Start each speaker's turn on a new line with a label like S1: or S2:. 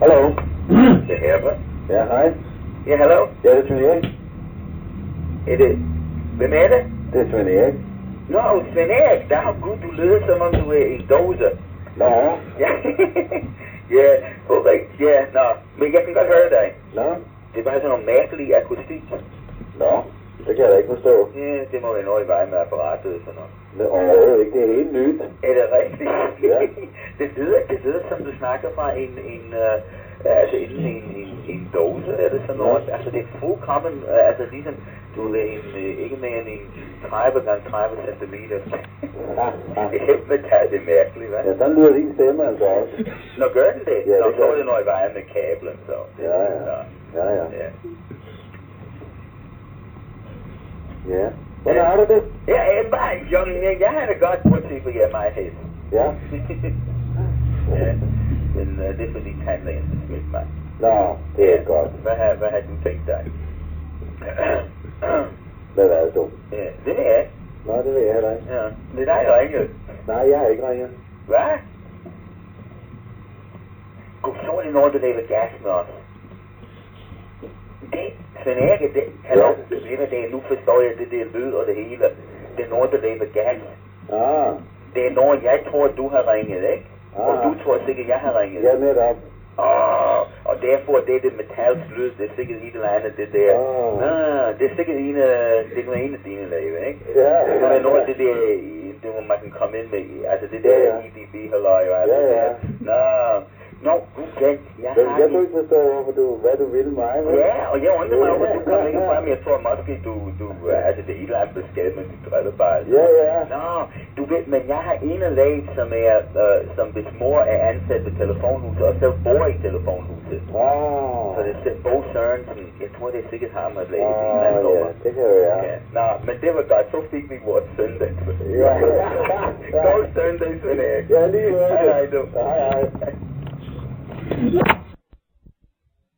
S1: Hello.
S2: Mr. Herbert?
S1: Yeah, hi.
S2: Yeah, hello?
S1: Yeah, this Renier?
S2: It is. Hvem er det?
S1: Det er Renier.
S2: Nå, Svend Erik, der har Gud, du lyder som om du er en doser.
S1: Nå,
S2: Ja, ja, håber ikke. Ja, nå, men jeg kan godt høre dig.
S1: nå,
S2: Det er bare sådan nogle mærkelige akustik.
S1: nå. Det kan jeg da ikke forstå.
S2: Ja, det må være noget i vej med apparatet og sådan noget.
S1: Men overhovedet ikke. Det er helt nyt.
S2: Er det rigtigt?
S1: Ja.
S2: det, lyder, det lyder, som du snakker fra en, en, øh, altså en, en, en, en dose, eller sådan noget. Altså det er fuldkommen, øh, altså ligesom, du ved, en, øh, ikke mere end en 30 gange 30 cm.
S1: Ja, ja.
S2: det er metal, det er mærkeligt, hva'?
S1: Ah, Ja, sådan lyder din stemme altså også.
S2: Nå, gør den det?
S1: Ja,
S2: Nå,
S1: det
S2: så
S1: gør
S2: er det
S1: den.
S2: noget i vejen med kablen, så.
S1: Ja, ja. Ja, ja.
S2: Ja.
S1: Ja. Hvordan har du det?
S2: Ja, jeg er bare, jeg, jeg, jeg har det godt, bortset fra, jeg er meget hæs.
S1: Ja.
S2: ja. Men øh, det er fordi tandlægen har smidt mig.
S1: Nå, det er godt.
S2: Hvad har, hvad har du tænkt dig?
S1: Hvad er det du?
S2: ja, det er jeg.
S1: Nå, det ved jeg heller ikke.
S2: Ja. Det er dig, der ringede.
S1: Nej, jeg har ikke ringet.
S2: Hvad? Gud, så er det nogen, der laver gas med os. Det, Svend Erik, det, hallo,
S1: Ja.
S2: det er det, nu forstår jeg det der lyd og det hele. Det er nogen, der laver gas.
S1: Ah,
S2: Det er nogen, jeg tror, du har ringet, ikke? Og
S1: Ah.
S2: du tror sikkert, jeg har ringet.
S1: ja, netop.
S2: Åh, og derfor det er det metalsk lyd, det er sikkert et eller andet, det der.
S1: Åh.
S2: Ah, det er sikkert en af, det er en af dine lave, ikke?
S1: Ja,
S2: Det
S1: ja,
S2: er noget af
S1: ja.
S2: det der, i- det hvor man kan komme ind med, altså det
S1: Ja,
S2: der
S1: ja.
S2: EDB halløj og alt
S1: Ja,
S2: det
S1: ja.
S2: der. Nå, nå, du kan, jeg
S1: Men
S2: har
S1: jeg kunne
S2: det.
S1: ikke forstå, hvorfor du, hvad du ville mig. vel?
S2: Ja, og jeg undrer mig, hvorfor
S1: Ja,
S2: du kom
S1: ja,
S2: ikke
S1: ja.
S2: frem. Jeg tror måske, du, du, øh, altså det er et eller andet besked med dit drillebejl.
S1: Ja, ja.
S2: Nå, du ved, men jeg har en af lægen, som er, øh, som hvis mor er ansat ved telefonhuset, og selv bor i telefonhuset.
S1: Ah,
S2: Så det er Bo Sørensen. Jeg tror, det er sikkert ham, at læse i
S1: ah, ja, det kan jo være.
S2: Ja. Nå, men det var godt. Så fik vi vores søndag.
S1: Ja.
S2: God søndag, Svend Erik.
S1: Ja, lige ved det.
S2: Hej, hej, du.
S1: Hej, hej.